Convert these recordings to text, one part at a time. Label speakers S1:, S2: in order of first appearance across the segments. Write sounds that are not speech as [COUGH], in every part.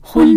S1: 婚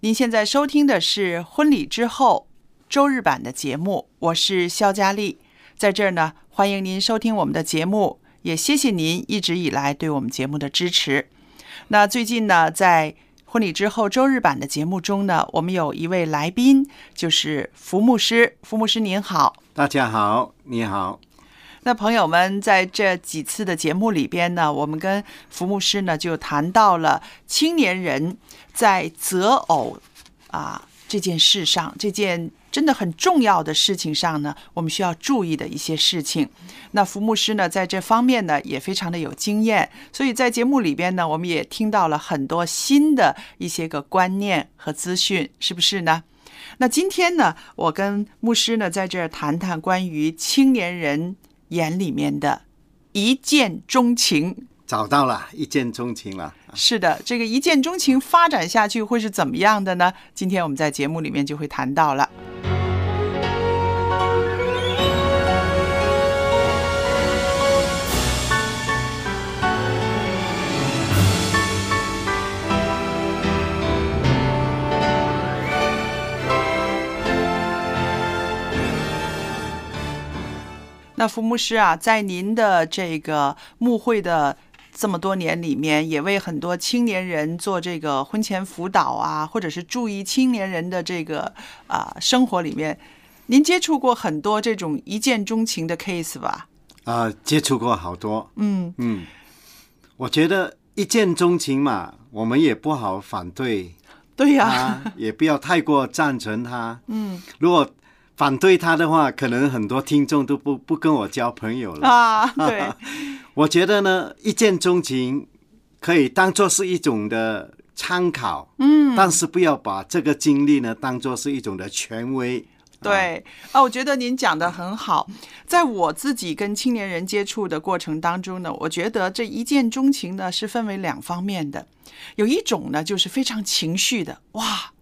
S2: 您现在收听的是《婚礼之后》周日版的节目，我是肖佳丽，在这儿呢，欢迎您收听我们的节目，也谢谢您一直以来对我们节目的支持。那最近呢，在《婚礼之后》周日版的节目中呢，我们有一位来宾，就是福牧师。福牧师您好，
S3: 大家好，你好，
S2: 那朋友们，在这几次的节目里边呢，我们跟福牧师呢就谈到了青年人在择偶啊这件事上，这件真的很重要的事情上呢，我们需要注意的一些事情。那福牧师呢，在这方面呢也非常的有经验，所以在节目里边呢，我们也听到了很多新的一些个观念和资讯，是不是呢？那今天呢，我跟牧师呢在这儿谈谈关于青年人眼里面的一见钟情。
S3: 找到了，一见钟情了。
S2: 是的，这个一见钟情发展下去会是怎么样的呢？今天我们在节目里面就会谈到了。那福牧师啊，在您的这个牧会的这么多年里面，也为很多青年人做这个婚前辅导啊，或者是注意青年人的这个啊、生活里面，您接触过很多这种一见钟情的 case 吧？
S3: 啊、接触过好多，
S2: 嗯
S3: 嗯，我觉得一见钟情嘛，我们也不好反对
S2: 对呀、
S3: 他， [LAUGHS] 也不要太过赞成他。
S2: 嗯
S3: 如果反对他的话，可能很多听众都不不跟我交朋友了。
S2: 啊，对，
S3: 我觉得呢，一见钟情可以当做是一种的参考，嗯，但是不要把这个经历呢当做是一种的权威。
S2: 对啊，我觉得您讲的很好。在我自己跟青年人接触的过程当中呢，我觉得这一见钟情呢是分为两方面的，有一种呢就是非常情绪的，哇，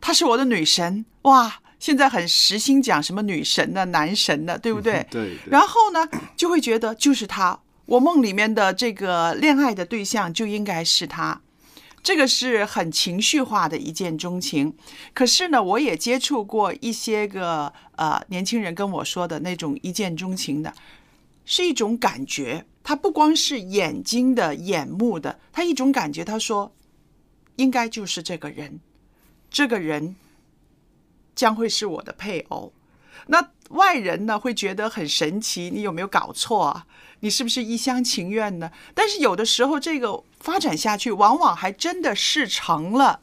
S2: 她是我的女神，哇，现在很时兴讲什么女神呢、男神呢，对不对？
S3: 对对
S2: 然后呢，就会觉得就是他，我梦里面的这个恋爱的对象就应该是他。这个是很情绪化的一见钟情，可是呢，我也接触过一些个呃年轻人跟我说的那种一见钟情的，是一种感觉，它不光是眼睛的、眼目的，它一种感觉。他说，应该就是这个人，这个人将会是我的配偶。那外人呢会觉得很神奇，你有没有搞错啊？你是不是一厢情愿呢？但是有的时候这个发展下去，往往还真的事成了。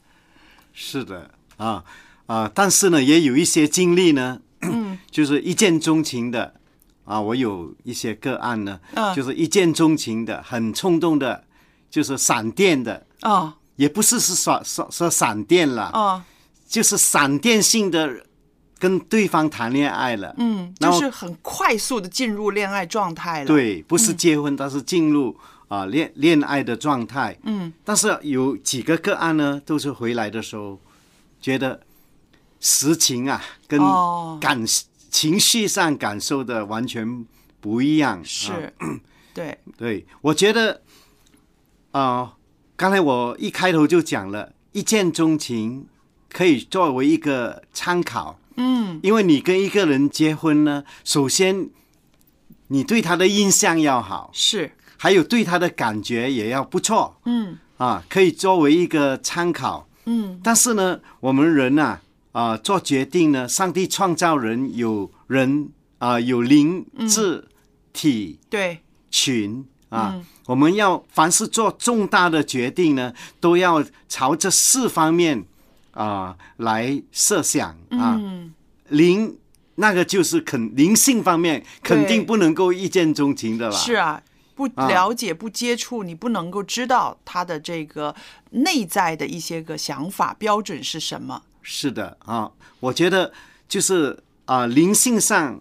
S3: 是的啊啊，但是呢，也有一些经历呢，
S2: 嗯
S3: [CLEARS THROAT] 就是一见钟情的啊。我有一些个案呢，
S2: 嗯
S3: 就是一见钟情的，很冲动的，就是闪电的，
S2: 啊
S3: 也不是是说说说闪电了，
S2: 啊，
S3: 就是闪电性的跟对方谈恋爱了。
S2: 嗯，
S3: 然
S2: 就
S3: 后
S2: 是很快速的进入恋爱状态了。，嗯
S3: 对，不是结婚，但是进入啊、恋恋爱的状态。嗯，但是有几个个案呢，都是回来的时候觉得实情啊，跟
S2: 哦
S3: 感、情绪上感受的完全不一样。啊
S2: 是，对，
S3: 对，我觉得，啊、刚才我一开头就讲了，一见钟情可以作为一个参考。嗯，因为你跟一个人结婚呢，首先你对他的印象要好，
S2: 是，
S3: 还有对他的感觉也要不错
S2: 嗯
S3: 啊，可以作为一个参考。
S2: 嗯，
S3: 但是呢，我们人呐、啊，做决定呢，上帝创造人有人啊、有灵智体。
S2: 对，
S3: 群啊，我们要凡是做重大的决定呢，都要朝这四方面啊、来设想啊。灵那个就是肯灵性方面，肯定不能够一见钟情的啦。
S2: 是啊，不了解、不接触，你不能够知道他的这个内在的一些个想法标准是什么。
S3: 是的啊，我觉得就是啊、灵性上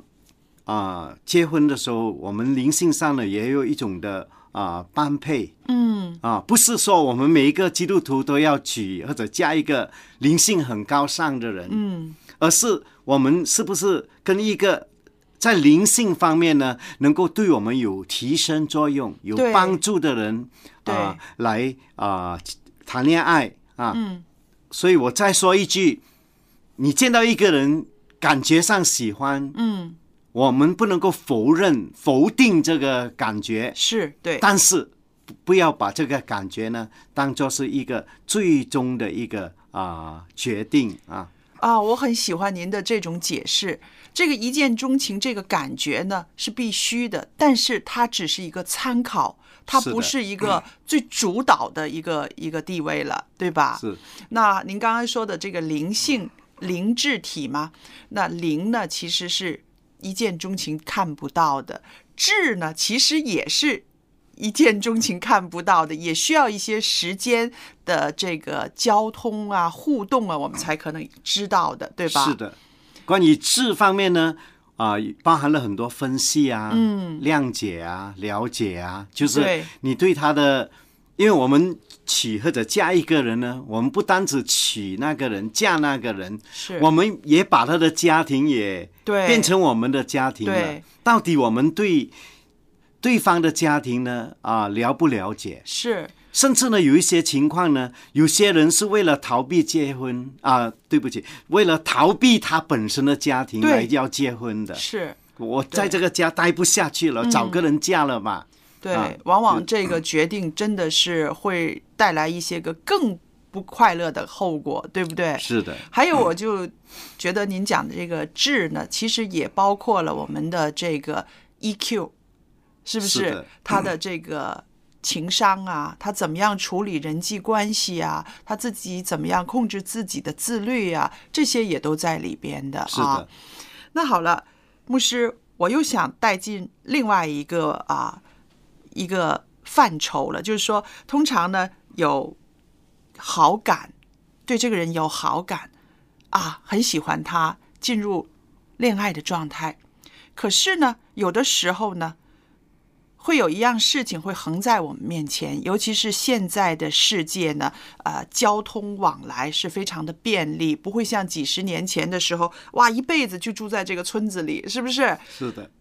S3: 啊、结婚的时候，我们灵性上呢也有一种的啊、般配，嗯啊，不是说我们每一个基督徒都要娶或者嫁一个灵性很高尚的人，嗯，而是我们是不是跟一个。在灵性方面呢，能够对我们有提升作用、有
S2: 对
S3: 帮助的人啊、来啊、谈恋爱啊，
S2: 嗯
S3: 所以我再说一句，你见到一个人感觉上喜欢，
S2: 嗯，
S3: 我们不能够否认、否定这个感觉，
S2: 是对，
S3: 但是不不要把这个感觉呢当做是一个最终的一个啊、决定啊。
S2: 啊，我很喜欢您的这种解释。这个一见钟情这个感觉呢是必须的，但是它只是一个参考，它
S3: 是的嗯
S2: 不是一个最主导的一个一个地位了，对吧？
S3: 是
S2: 那您刚刚说的这个灵性灵智体嘛，那灵呢其实是一见钟情看不到的，智呢其实也是一见钟情看不到的，也需要一些时间的这个交通啊、互动啊，我们才可能知道的，对吧？
S3: 是，的，关于智方面呢，啊、包含了很多分析啊，嗯，谅解啊，了解啊，就是
S2: 对
S3: 你对他的，因为我们娶或者嫁一个人呢，我们不单只娶那个人，嫁那个人，
S2: 是
S3: 我们也把他的家庭也
S2: 对
S3: 变成我们的家庭了
S2: 对。
S3: 到底我们对对方的家庭呢，啊、了不了解？
S2: 是
S3: 甚至呢，有一些情况呢，有些人是为了逃避结婚啊，对不起，为了逃避他本身的家庭
S2: 对
S3: 来要结婚的。
S2: 是。
S3: 我在
S2: 对
S3: 这个家待不下去了，找个人嫁了嘛。啊
S2: 对，往往这个决定真的是会带来一些个更不快乐的后果，对不对？
S3: 是的，
S2: 还有，我就觉得您讲的这个智呢，其实也包括了我们的这个 EQ，是不
S3: 是
S2: 是
S3: 的？
S2: 他的这个情商啊， [CLEARS THROAT] 他怎么样处理人际关系啊，他自己怎么样控制自己的自律啊，这些也都在里边的
S3: 是
S2: 啊
S3: 的。，
S2: 那好了，牧师，我又想带进另外一个啊一个范畴了，就是说，通常呢有好感，对这个人有好感啊，很喜欢他，进入恋爱的状态。可是呢，有的时候呢，会有一样事情会横在我们面前，尤其是现在的世界呢，呃，交通往来是非常的便利，不会像几十年前的时候，哇，一辈子就住在这个村子里，是不是？
S3: 是的，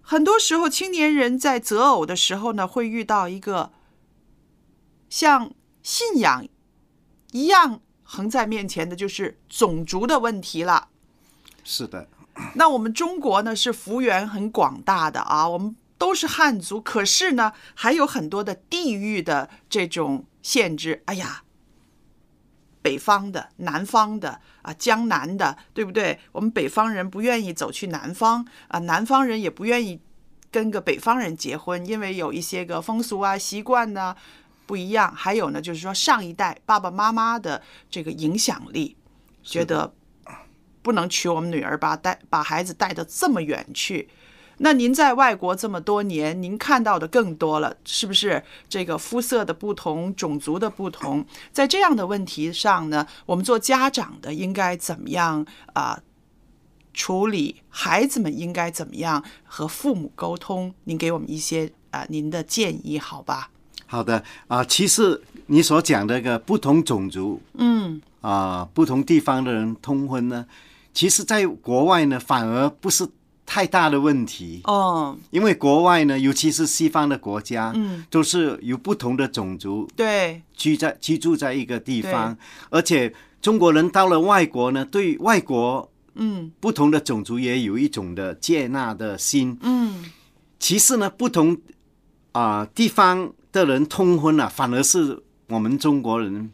S2: 很多时候，青年人在择偶的时候呢，会遇到一个像信仰一样横在面前的，就是种族的问题了。
S3: 是的，
S2: 那我们中国呢是幅员很广大的啊，我们都是汉族，可是呢还有很多的地域的这种限制。哎呀，北方的、南方的啊，江南的，对不对？我们北方人不愿意走去南方啊，南方人也不愿意跟个北方人结婚，因为有一些个风俗啊、习惯呢、不一样。还有呢，就是说上一代爸爸妈妈的这个影响力，觉得不能娶我们女儿，把带把孩子带得这么远去。那您在外国这么多年，您看到的更多了，是不是？这个肤色的不同，种族的不同，在这样的问题上呢，我们做家长的应该怎么样啊、处理？孩子们应该怎么样和父母沟通？您给我们一些啊、您的建议，好吧？
S3: 好的啊、其实你所讲的那个不同种族，嗯啊、不同地方的人通婚呢，其实在国外呢反而不是太大的问题，
S2: 嗯，
S3: 因为国外呢，尤其是西方的国家，哦嗯，都是有不同的种族
S2: 对，
S3: 居在居住在一个地方，而且中国人到了外国呢，对外国
S2: 嗯
S3: 不同的种族也有一种的接纳的心。
S2: 嗯，
S3: 其实呢，不同啊、地方的人通婚啊，反而是我们中国人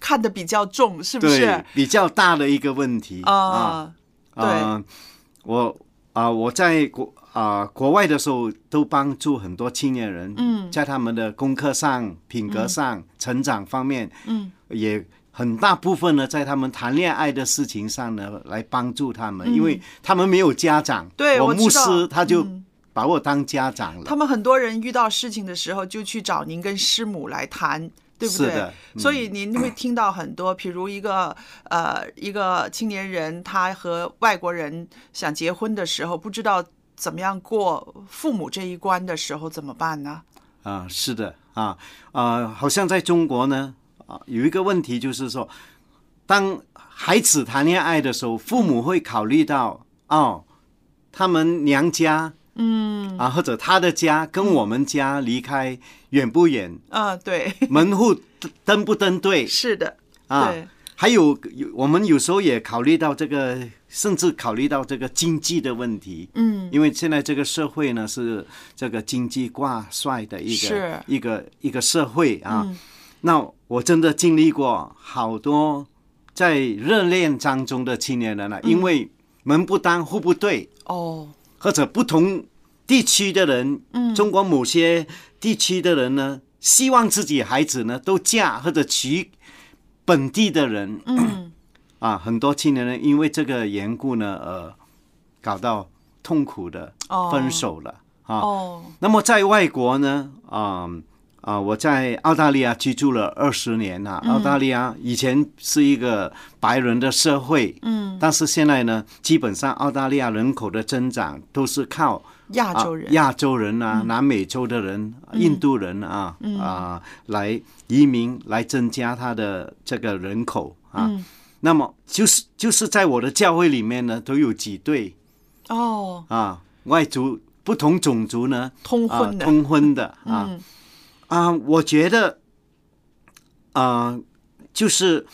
S2: 看得比较重，是不是？
S3: 对比较大的一个问题啊
S2: 啊，对
S3: 啊我啊、我在国啊、国外的时候都帮助很多青年人，
S2: 嗯
S3: 在他们的功课上、品格上、成长方面，
S2: 嗯，
S3: 也很大部分呢，在他们谈恋爱的事情上呢，来帮助他们，因为他们没有家长，
S2: 嗯对
S3: 我
S2: 我
S3: 牧
S2: 知道
S3: 师他就
S2: 嗯
S3: 把我当家长了，
S2: 他们很多人遇到事情的时候，就去找您跟师母来谈，对不对？
S3: 是的嗯
S2: 所以您会听到很多，比如一个呃一个青年人，他和外国人想结婚的时候，不知道怎么样过父母这一关的时候怎么办呢？
S3: 啊，是的啊啊，好像在中国呢啊，有一个问题就是说，当孩子谈恋爱的时候，父母会考虑到哦，他们娘家嗯啊，或者他的家跟我们家离开远不远， [LAUGHS]
S2: 嗯，对，
S3: 门户登不登对
S2: 是的，
S3: 啊
S2: 对。
S3: 还有，有我们有时候也考虑到这个，甚至考虑到这个经济的问题。
S2: 嗯，
S3: 因为现在这个社会呢是这个经济挂帅的一
S2: 是
S3: 个一个一个社会啊。
S2: 嗯
S3: 那我真的经历过好多在热恋当中的青年人了、因为门不当户不对，
S2: 哦，
S3: 或者不同地区的人，嗯，中国某些地区的人呢，希望自己孩子呢都嫁或者娶本地的人，
S2: 嗯，
S3: [COUGHS] 啊，很多青年人因为这个缘故呢，呃，搞到痛苦的
S2: 哦
S3: 分手了、啊。
S2: 哦，
S3: 那么在外国呢，啊、啊、我在澳大利亚居住了二十年啊。
S2: 嗯
S3: 澳大利亚以前是一个白人的社会，
S2: 嗯，
S3: 但是现在呢，基本上澳大利亚人口的增长都是靠
S2: 亚洲
S3: 啊
S2: 人，嗯
S3: 亚洲人啊、南美洲的人、印度人啊、啊来移民来增加他的这个人口啊。
S2: 嗯
S3: 那么就是就是在我的教会里面呢，都有几对
S2: 哦，
S3: 啊外族不同种族呢
S2: 通
S3: 啊
S2: 婚的，
S3: 通婚的啊、
S2: [LAUGHS] 嗯
S3: 啊，我觉得啊、就是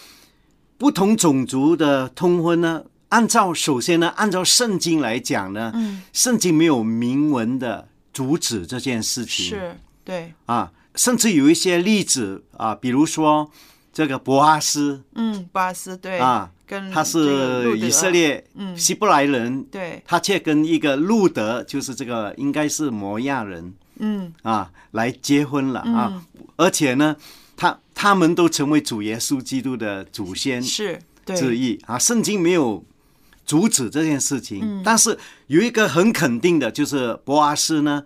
S3: 不同种族的通婚呢，按照首先呢，按照圣经来讲呢，
S2: 嗯，
S3: 圣经没有明文的阻止这件事情，
S2: 是，对，
S3: 啊，甚至有一些例子啊，比如说这个博阿斯，
S2: 嗯，巴尔斯对
S3: 啊，
S2: 跟
S3: 他
S2: 这个路
S3: 是
S2: 德
S3: 以色，列
S2: 嗯
S3: 希伯来人，
S2: 对，
S3: 他却跟一个路德，就是这个应该是摩亚人
S2: 嗯，
S3: 啊，来结婚了啊，而且呢，他他们都成为主耶稣基督的祖先
S2: 是，
S3: 之
S2: 对，
S3: 一啊，圣经没有。阻止这件事情，
S2: 嗯
S3: 但是有一个很肯定的，就是博阿斯呢，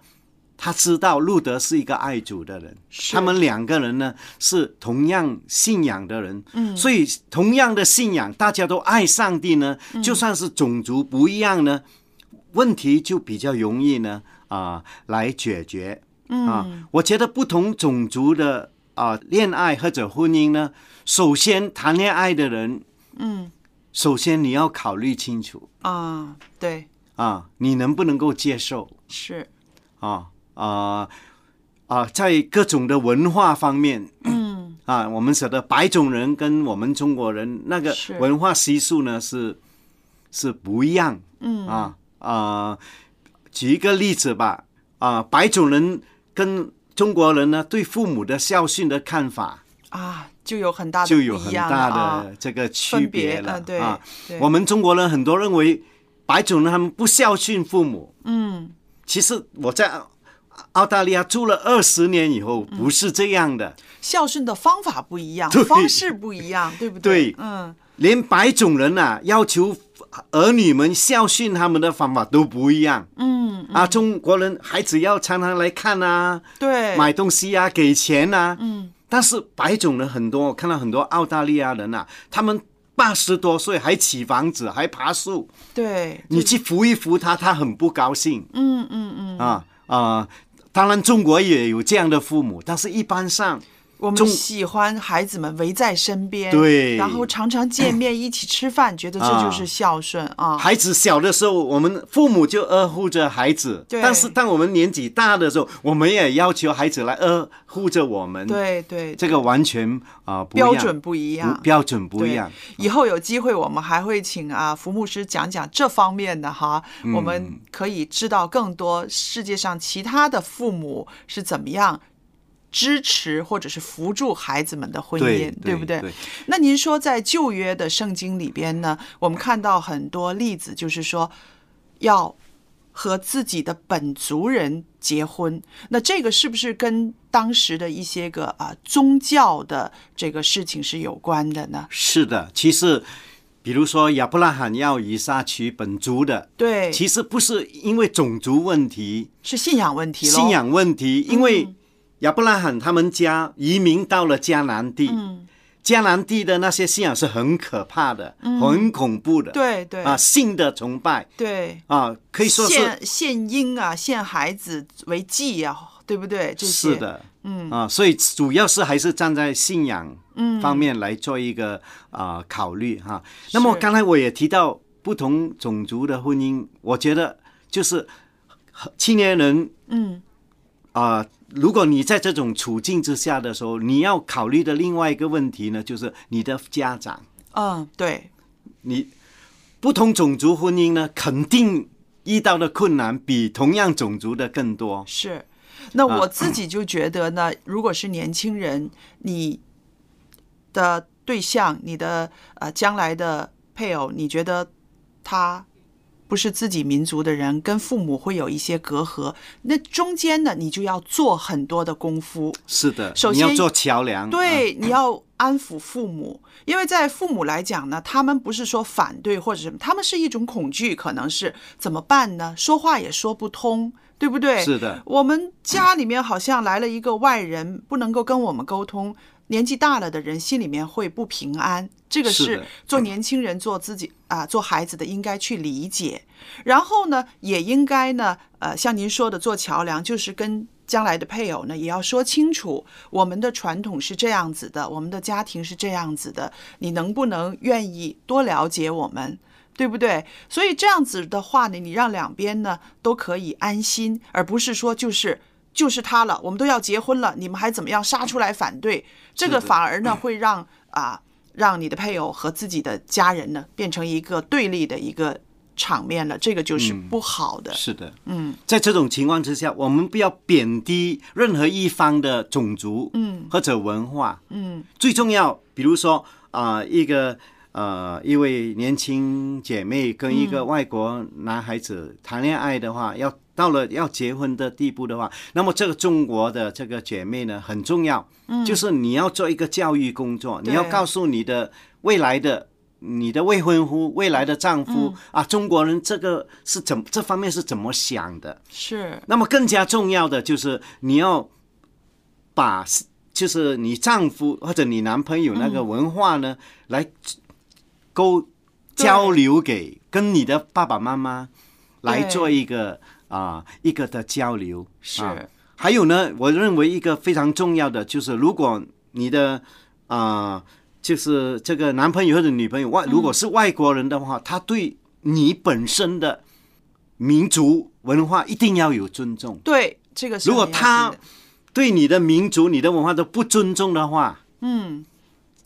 S3: 他知道路德是一个爱主的人，
S2: 是
S3: 他们两个人呢是同样信仰的人，嗯，所以同样的信仰，大家都爱上帝呢，
S2: 嗯
S3: 就算是种族不一样呢，问题就比较容易呢啊、来解决。
S2: 嗯
S3: 啊，我觉得不同种族的啊、恋爱或者婚姻呢，首先谈恋爱的人，
S2: 嗯
S3: 首先你要考虑清楚
S2: 啊，对，
S3: 啊，你能不能够接受
S2: 是，
S3: 啊啊啊，在各种的文化方面，
S2: 嗯，
S3: 啊，我们晓得白种人跟我们中国人那个
S2: 是
S3: 文化习俗呢是是不一样，嗯啊啊、举一个例子吧，啊、白种人跟中国人呢对父母的孝顺的看法
S2: 啊，就有很大的
S3: 就有
S2: 不
S3: 很
S2: 一样
S3: 大
S2: 啊
S3: 的这个区
S2: 分别
S3: 了，
S2: 啊，对
S3: 啊，，
S2: 对
S3: 我们中国人很多认为白种人他们不孝顺父母，
S2: 嗯，
S3: 其实我在澳澳大利亚住了二十年以后不是这样的。
S2: 孝顺的方法不一样，
S3: 对
S2: 方式不一样，对不
S3: 对
S2: 嗯，
S3: 连白种人啊，要求呃儿女们孝顺他们的方法都不一样。嗯，啊，中国人孩子要常常来看啊，
S2: 对，
S3: 买东西啊，给钱啊。
S2: 嗯，
S3: 但是白种人很多，我看到很多澳大利亚人啊，他们八十多岁还起房子，还爬树，
S2: 对，
S3: 你去扶一扶他，他很不高兴。
S2: 嗯嗯嗯，
S3: 啊啊、当然中国也有这样的父母，但是一般上
S2: 我们
S3: 中
S2: 喜欢孩子们围在身边，
S3: 对
S2: 然后常常见面一起吃饭，觉得这就是孝顺啊。
S3: 孩子小的时候，我们父母就呵护着孩子，
S2: 对
S3: 但是当我们年纪大的时候，我们也要求孩子来呵护着我们，，
S2: 对对，
S3: 这个完全啊、不一样
S2: 标准不一样
S3: 不，标准不一
S2: 对
S3: 样。
S2: 以后有机会，我们还会请啊福牧师讲讲这方面的哈，
S3: 嗯
S2: 我们可以知道更多世界上其他的父母是怎么样支持或者是扶助孩子们的婚姻，
S3: 对对
S2: 不
S3: 对
S2: 那您说在旧约的圣经里边呢，我们看到很多例子，就是说要和自己的本族人结婚，那这个是不是跟当时的一些个啊宗教的这个事情是有关的呢？
S3: 是的，其实比如说亚伯拉罕要以撒娶本族的，
S2: 对，
S3: 其实不是因为种族问题、
S2: 是信仰问题咯。嗯
S3: 信仰问题，因为亚伯拉罕他们家移民到了迦南地，
S2: 嗯
S3: 迦南地的那些信仰是很可怕的、很恐怖的，
S2: 嗯对对
S3: 啊，性的崇拜
S2: 对，
S3: 啊，可以说是
S2: 献献婴啊，献孩子为祭呀、对不对？这些
S3: 是的，嗯啊，所以主要是还是站在信仰方面来做一个啊、考虑哈、那么
S2: 嗯是
S3: 刚才我也提到不同种族的婚姻，我觉得就是青年人
S2: 嗯，
S3: 啊、如果你在这种处境之下的时候，你要考虑的另外一个问题呢，就是你的家长，
S2: 嗯，对，
S3: 你不同种族婚姻呢，肯定遇到的困难比同样种族的更多。
S2: 是。那
S3: 啊
S2: 我自己就觉得呢，
S3: [CLEARS THROAT]
S2: 如果是年轻人，你的对象，你的呃将来的配偶，你觉得他不是自己民族的人，跟父母会有一些隔阂，那中间呢，你就要做很多的功夫。
S3: 是的，
S2: 首
S3: 你要
S2: 先
S3: 做桥梁。啊，
S2: 对，你要安抚父母，因为在父母来讲呢，他们不是说反对或者什么，他们是一种恐惧，可能是怎么办呢？说话也说不通，对不对？
S3: 是的
S2: 我们家里面好像来了一个外人，不能够跟我们沟通。年纪大了的人心里面会不平安，这个
S3: 是
S2: 是
S3: 的
S2: 做年轻人、做自己啊、做孩子的应该去理解。然后呢，也应该呢，呃，像您说的做桥梁，就是跟将来的配偶呢，也要说清楚，我们的传统是这样子的，我们的家庭是这样子的，你能不能愿意多了解我们？对不对？所以这样子的话呢，你让两边呢都可以安心，而不是说就是就是他了，我们都要结婚了，你们还怎么样杀出来反对？这个
S3: 是的
S2: 反而呢会让啊让你的配偶和自己的家人呢变成一个对立的一个场面了，这个就是不好的。
S3: 嗯是的，嗯，在这种情况之下，我们不要贬低任何一方的种族，嗯，或者文化，嗯，最重要，比如说啊、一个呃，一位年轻姐妹跟一个外国男孩子谈恋爱的话，要到了要结婚的地步的话，那么这个中国的这个姐妹呢很重要，嗯，就是你要做一个教育工作，你要
S2: 对
S3: 告诉你的未来的你的未婚夫、未来的丈夫、啊，中国人这个是怎么这方面是怎么想的？
S2: 是
S3: 那么更加重要的就是你要把就是你丈夫或者你男朋友那个文化呢，来沟
S2: 对
S3: 交流给跟你的爸爸妈妈来
S2: 对
S3: 做一个啊、一个的交流
S2: 是、
S3: 啊还有呢，我认为一个非常重要的就是，如果你的啊、呃就是这个男朋友或者女朋友外，如果是外国人的话，他对你本身的民族文化一定要有尊重。
S2: 对这个是
S3: 如果
S2: 很要
S3: 他
S2: 紧的
S3: 对你的民族、你的文化都不尊重
S2: [LAUGHS]
S3: 的话，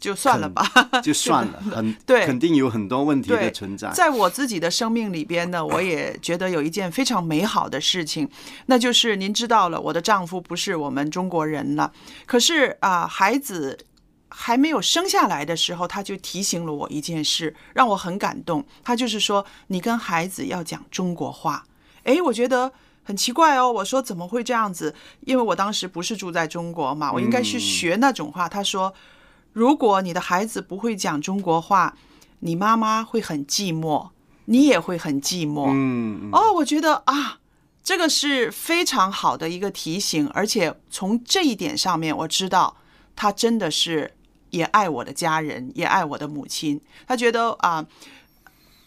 S2: 就算了吧。
S3: 就算了，很
S2: 对
S3: 肯定有很多问题
S2: 对，
S3: 的存在。
S2: 在我自己的生命里边呢，我也觉得有一件非常美好的事情，那就是您知道了，我的丈夫不是我们中国人了，可是啊、孩子。还没有生下来的时候，他就提醒了我一件事，让我很感动。他就是说，你跟孩子要讲中国话。诶，我觉得很奇怪哦。我说怎么会这样子？因为我当时不是住在中国嘛，我应该是学那种话。他说，如果你的孩子不会讲中国话，你妈妈会很寂寞，你也会很寂寞。
S3: 嗯，
S2: 哦，我觉得啊，这个是非常好的一个提醒，而且从这一点上面，我知道他真的是也爱我的家人，也爱我的母亲。他觉得啊、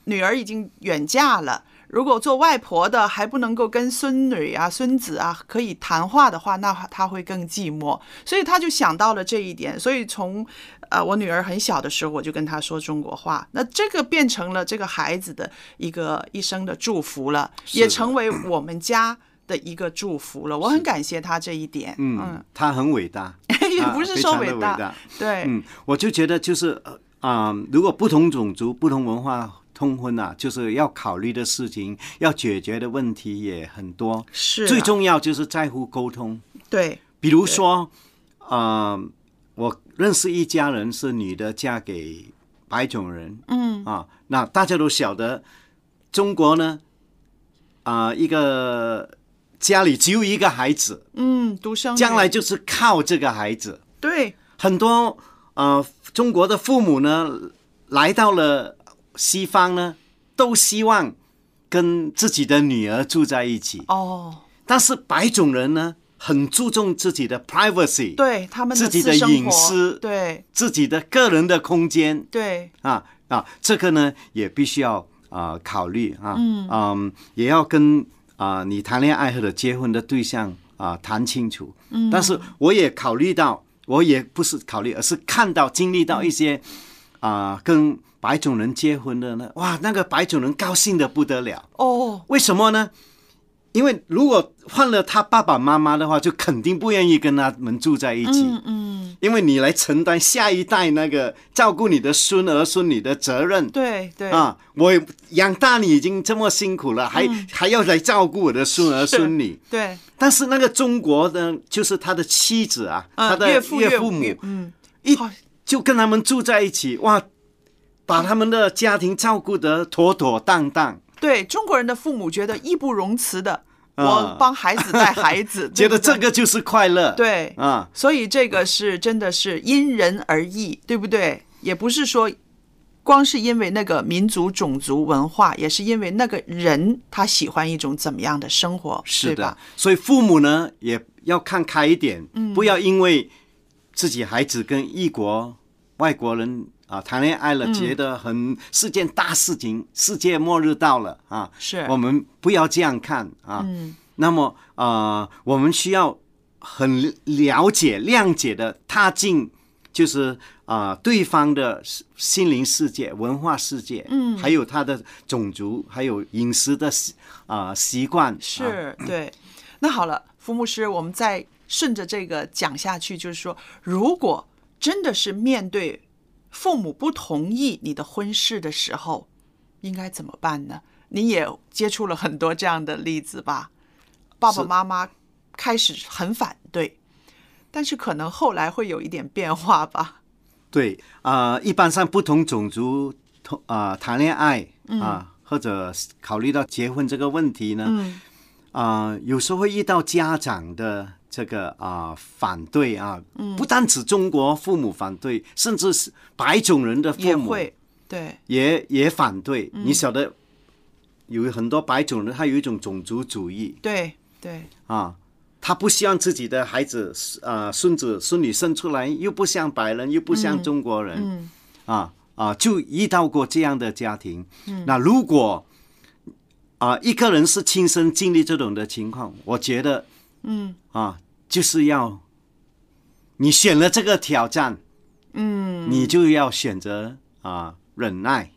S2: 女儿已经远嫁了，如果做外婆的还不能够跟孙女啊、孙子啊可以谈话的话，那她会更寂寞。所以她就想到了这一点，所以从呃我女儿很小的时候，我就跟她说中国话。那这个变成了这个孩子的一个一生的祝福了，
S3: 是
S2: 也
S3: 的
S2: 成为我们家的一个祝福了。我很感谢她这一点。
S3: 嗯，他很伟大，
S2: [LAUGHS] 也
S3: 啊
S2: 不是
S3: 非
S2: 说
S3: 常地
S2: 伟
S3: 伟
S2: 大对，
S3: 嗯，我就觉得就是呃啊、如果不同种族、不同文化通婚啊，就是要考虑的事情、要解决的问题也很多。
S2: 是啊
S3: 最重要就是在乎沟通。
S2: 对，
S3: 比如说，啊，我认识一家人是女的嫁给白种人，嗯啊，那大家都晓得，中国呢，啊、一个家里只有一个孩子，
S2: 嗯，独生女
S3: 将来就是靠这个孩子。
S2: 对
S3: 很多呃中国的父母呢，来到了西方呢，都希望跟自己的女儿住在一起，
S2: 哦，
S3: 但是白种人呢，很注重自己的 privacy，，
S2: 对他们
S3: 自己
S2: 私
S3: 的
S2: 生
S3: 隐
S2: 活
S3: 私
S2: 对
S3: 自己的个人的空间
S2: 对
S3: 啊啊，这个呢也必须要啊、呃考虑啊，嗯也要跟啊、你谈恋爱或者结婚的对象啊、谈清楚。嗯，但是我也考虑到，我也不是考虑，而是看到经历到一些啊、跟白种人结婚的呢，哇，那个白种人高兴的不得了，
S2: 哦，
S3: 为什么呢？因为如果换了他爸爸妈妈的话，就肯定不愿意跟他们住在一起。
S2: 嗯嗯，
S3: 因为你来承担下一代那个照顾你的孙儿孙女的责任。
S2: 对对，
S3: 啊，我养大你已经这么辛苦了，还、还要来照顾我的孙儿
S2: 嗯是
S3: 孙女。
S2: 对，
S3: 但是那个中国的，就是他的妻子啊，
S2: 嗯
S3: 他的
S2: 岳父岳
S3: 父母
S2: 岳嗯，
S3: 一
S2: 好
S3: 就跟他们住在一起，哇，把他们的家庭照顾得妥妥当当，
S2: 对中国人的父母觉得义不容辞的，我
S3: 啊
S2: 帮孩子带孩子，
S3: [LAUGHS] 觉得
S2: 对
S3: 这
S2: 不
S3: 个就是快乐。
S2: 对对，
S3: 啊，
S2: 所以这个是真的是因人而异，对不对？也不是说。光是因为那个民族、种族、文化，也是因为那个人他喜欢一种怎么样的生活，
S3: 是
S2: 对吧嗯
S3: 的？，所以父母呢也要看开一点，不要因为自己孩子跟异国外国人啊谈恋爱了，觉得很是件大事情，世界末日到了啊，
S2: 是
S3: 我们不要这样看啊。
S2: 嗯
S3: 那么啊、呃我们需要很了解、谅解的踏进，就是啊、呃对方的心心灵世界、文化世界，嗯，还有他的种族，还有饮食的习啊、习惯啊
S2: 是对。那好了，福牧师，我们再顺着这个讲下去，就是说，如果真的是面对父母不同意你的婚事的时候，应该怎么办呢？你也接触了很多这样的例子吧？爸爸妈妈开始很反对，但是可能后来会有一点变化吧？
S3: 对啊、呃一般上不同种族同啊、谈恋爱啊、或者考虑到结婚这个问题呢，
S2: 嗯
S3: 啊、有时候会遇到家长的这个啊、反对啊，
S2: 嗯
S3: 不单指中国父母反对，甚至是白种人的
S2: 也
S3: 父母
S2: 会 [LAUGHS] 嗯对，
S3: 也也反对。你晓得，有很多白种人他有一种种族主义
S2: 对，对，
S3: 啊。他不希望自己的孩子，啊孙子、孙女生出来，又不像白人，又不像中国人，
S2: 嗯，
S3: 啊啊，就遇到过这样的家庭。那如果啊一个人是亲身经历这种的情况，我觉得，嗯啊，就是要你选了这个挑战，嗯，你就要选择啊忍耐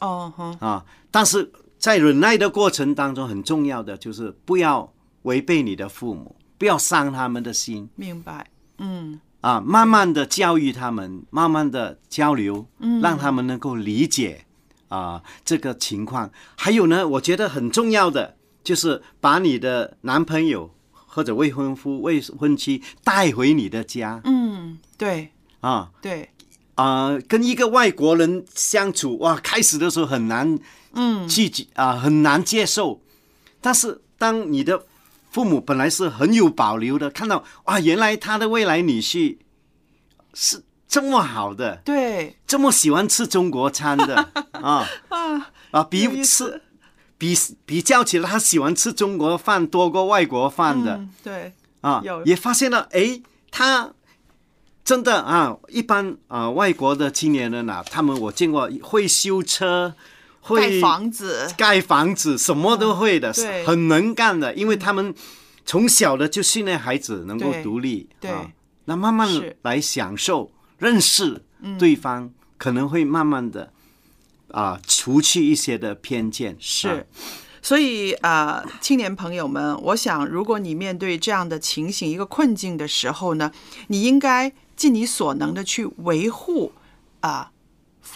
S2: 哦哼，
S3: 啊，但是在忍耐的过程当中，很重要的就是不要违背你的父母，不要伤他们的心。
S2: 明白，嗯，
S3: 啊，慢慢的教育他们，慢慢的交流，让他们能够理解啊、这个情况。还有呢，我觉得很重要的就是把你的男朋友或者未婚夫、未婚妻带回你的家
S2: 嗯，对，
S3: 啊
S2: 对，
S3: 啊、跟一个外国人相处哇，开始的时候很难
S2: 嗯，
S3: 拒绝啊、很难接受，但是当你的父母本来是很有保留的，看到啊，原来他的未来女婿是这么好的，
S2: 对。
S3: 这么喜欢吃中国餐
S2: [LAUGHS]
S3: 的啊
S2: 啊，
S3: 啊，
S2: 有意
S3: 比
S2: 思
S3: 吃比比较起来，他喜欢吃中国饭多过外国饭的、
S2: 嗯，对，
S3: 啊
S2: 有，
S3: 也发现了，诶，他真的啊，一般啊、外国的青年人啊，他们我见过会修车。会
S2: 盖房子，嗯
S3: 盖房子，什么都会的，
S2: 对
S3: 很能干的，因为他们从小的就训练孩子能够
S2: 对
S3: 独立，
S2: 对
S3: 啊，那慢慢
S2: 是
S3: 来享受、认识对方，可能会慢慢的啊，除去一些的偏见，啊
S2: 是，所以啊、呃青年朋友们，我想，如果你面对这样的情形、一个困境的时候呢，你应该尽你所能的去维护啊、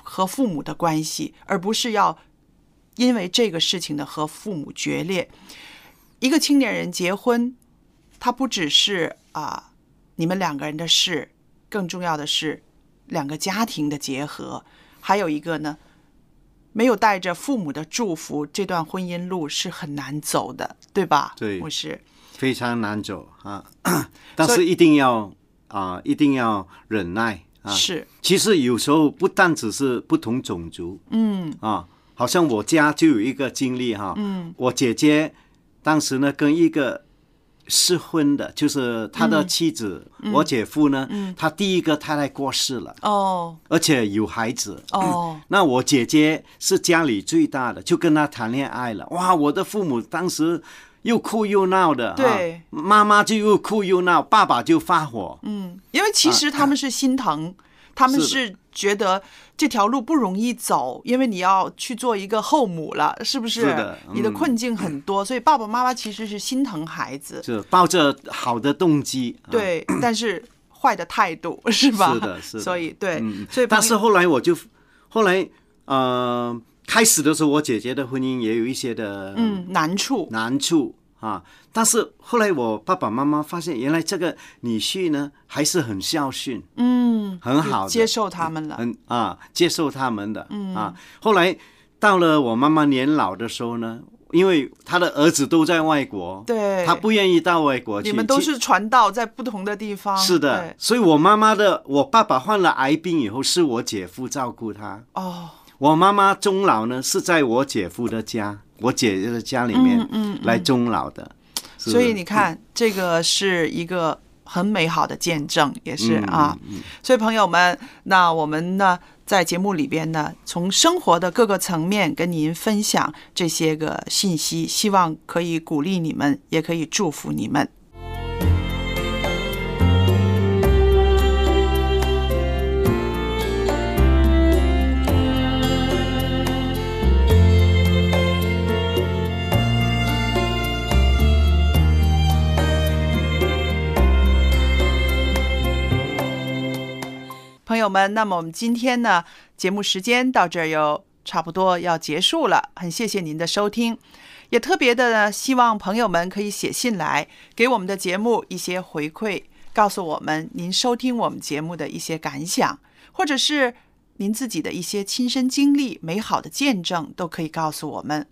S2: 和父母的关系，而不是要因为这个事情呢和父母决裂。一个青年人结婚，他不只是啊、你们两个人的事，更重要的是两个家庭的结合，还有一个呢，没有带着父母的祝福，这段婚姻路是很难走的，对吧？
S3: 对
S2: 牧师，
S3: 非常难走啊，但是一定要啊，一定要忍耐啊，
S2: 是
S3: 其实有时候不但只是不同种族，嗯啊，好像我家就有一个经历哈、嗯，我姐姐当时呢跟一个适婚的，就是他的妻子，我姐夫呢，他第一个太太过世了，
S2: 哦
S3: 而且有孩子。
S2: 哦，
S3: 那我姐姐是家里最大的，就跟他谈恋爱了。哇，我的父母当时又哭又闹的，啊
S2: 对
S3: 妈妈就又哭又闹，爸爸就发火，
S2: 嗯，因为其实他们是心疼，他们
S3: 啊是
S2: 是觉得这条路不容易走，因为你要去做一个后母了，是不是？
S3: 是的
S2: 你的
S3: 嗯
S2: 困境很多，所以爸爸妈妈其实是心疼孩子，
S3: 就抱着好的动机。啊
S2: 对，但是坏的态度是吧？
S3: 是的是的
S2: 所以对，
S3: 嗯，
S2: 所以
S3: 但
S2: 朋
S3: 是
S2: 友
S3: 后来我就后来呃，开始的时候我姐姐的婚姻也有一些的
S2: 嗯难处，
S3: 难处、啊，但是后来我爸爸妈妈发现，原来这个女婿呢还是很孝顺，
S2: 嗯，
S3: 很好的
S2: 接受他们了，
S3: 很啊接受他们的，
S2: 嗯
S3: 啊，后来到了我妈妈年老的时候呢。因为她的儿子都在外国，
S2: 对
S3: 她不愿意到外国去。
S2: 你们都
S3: 其
S2: 是传道，在不同的地方，
S3: 是的
S2: 对，，
S3: 所以我妈妈的，我爸爸患了癌病以后，是我姐夫照顾她。
S2: 哦，
S3: 我妈妈终老呢是在我姐夫的家，我姐姐的家里
S2: 嗯
S3: 面来终老的，是不
S2: 所以
S3: 是
S2: 你看，这个是一个很美好的见证，也是
S3: 嗯
S2: 啊。所以朋友们，那我们呢，在节目里边呢，从生活的各个层面跟您分享这些个信息，希望可以鼓励你们，也可以祝福你们。朋友们，那么我们今天呢，节目时间到这儿又差不多要结束了，很谢谢您的收听，也特别的呢，希望朋友们可以写信来给我们的节目一些回馈，告诉我们您收听我们节目的一些感想，或者是您自己的一些亲身经历、美好的见证，都可以告诉我们。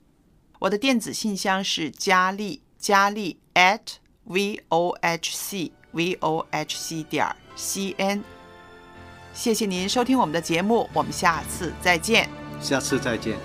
S2: 我的电子信箱是佳丽，佳丽 at v o h c v o h c 点儿 c n。谢谢您收听我们的节目，我们下次再见。
S3: 下次再见。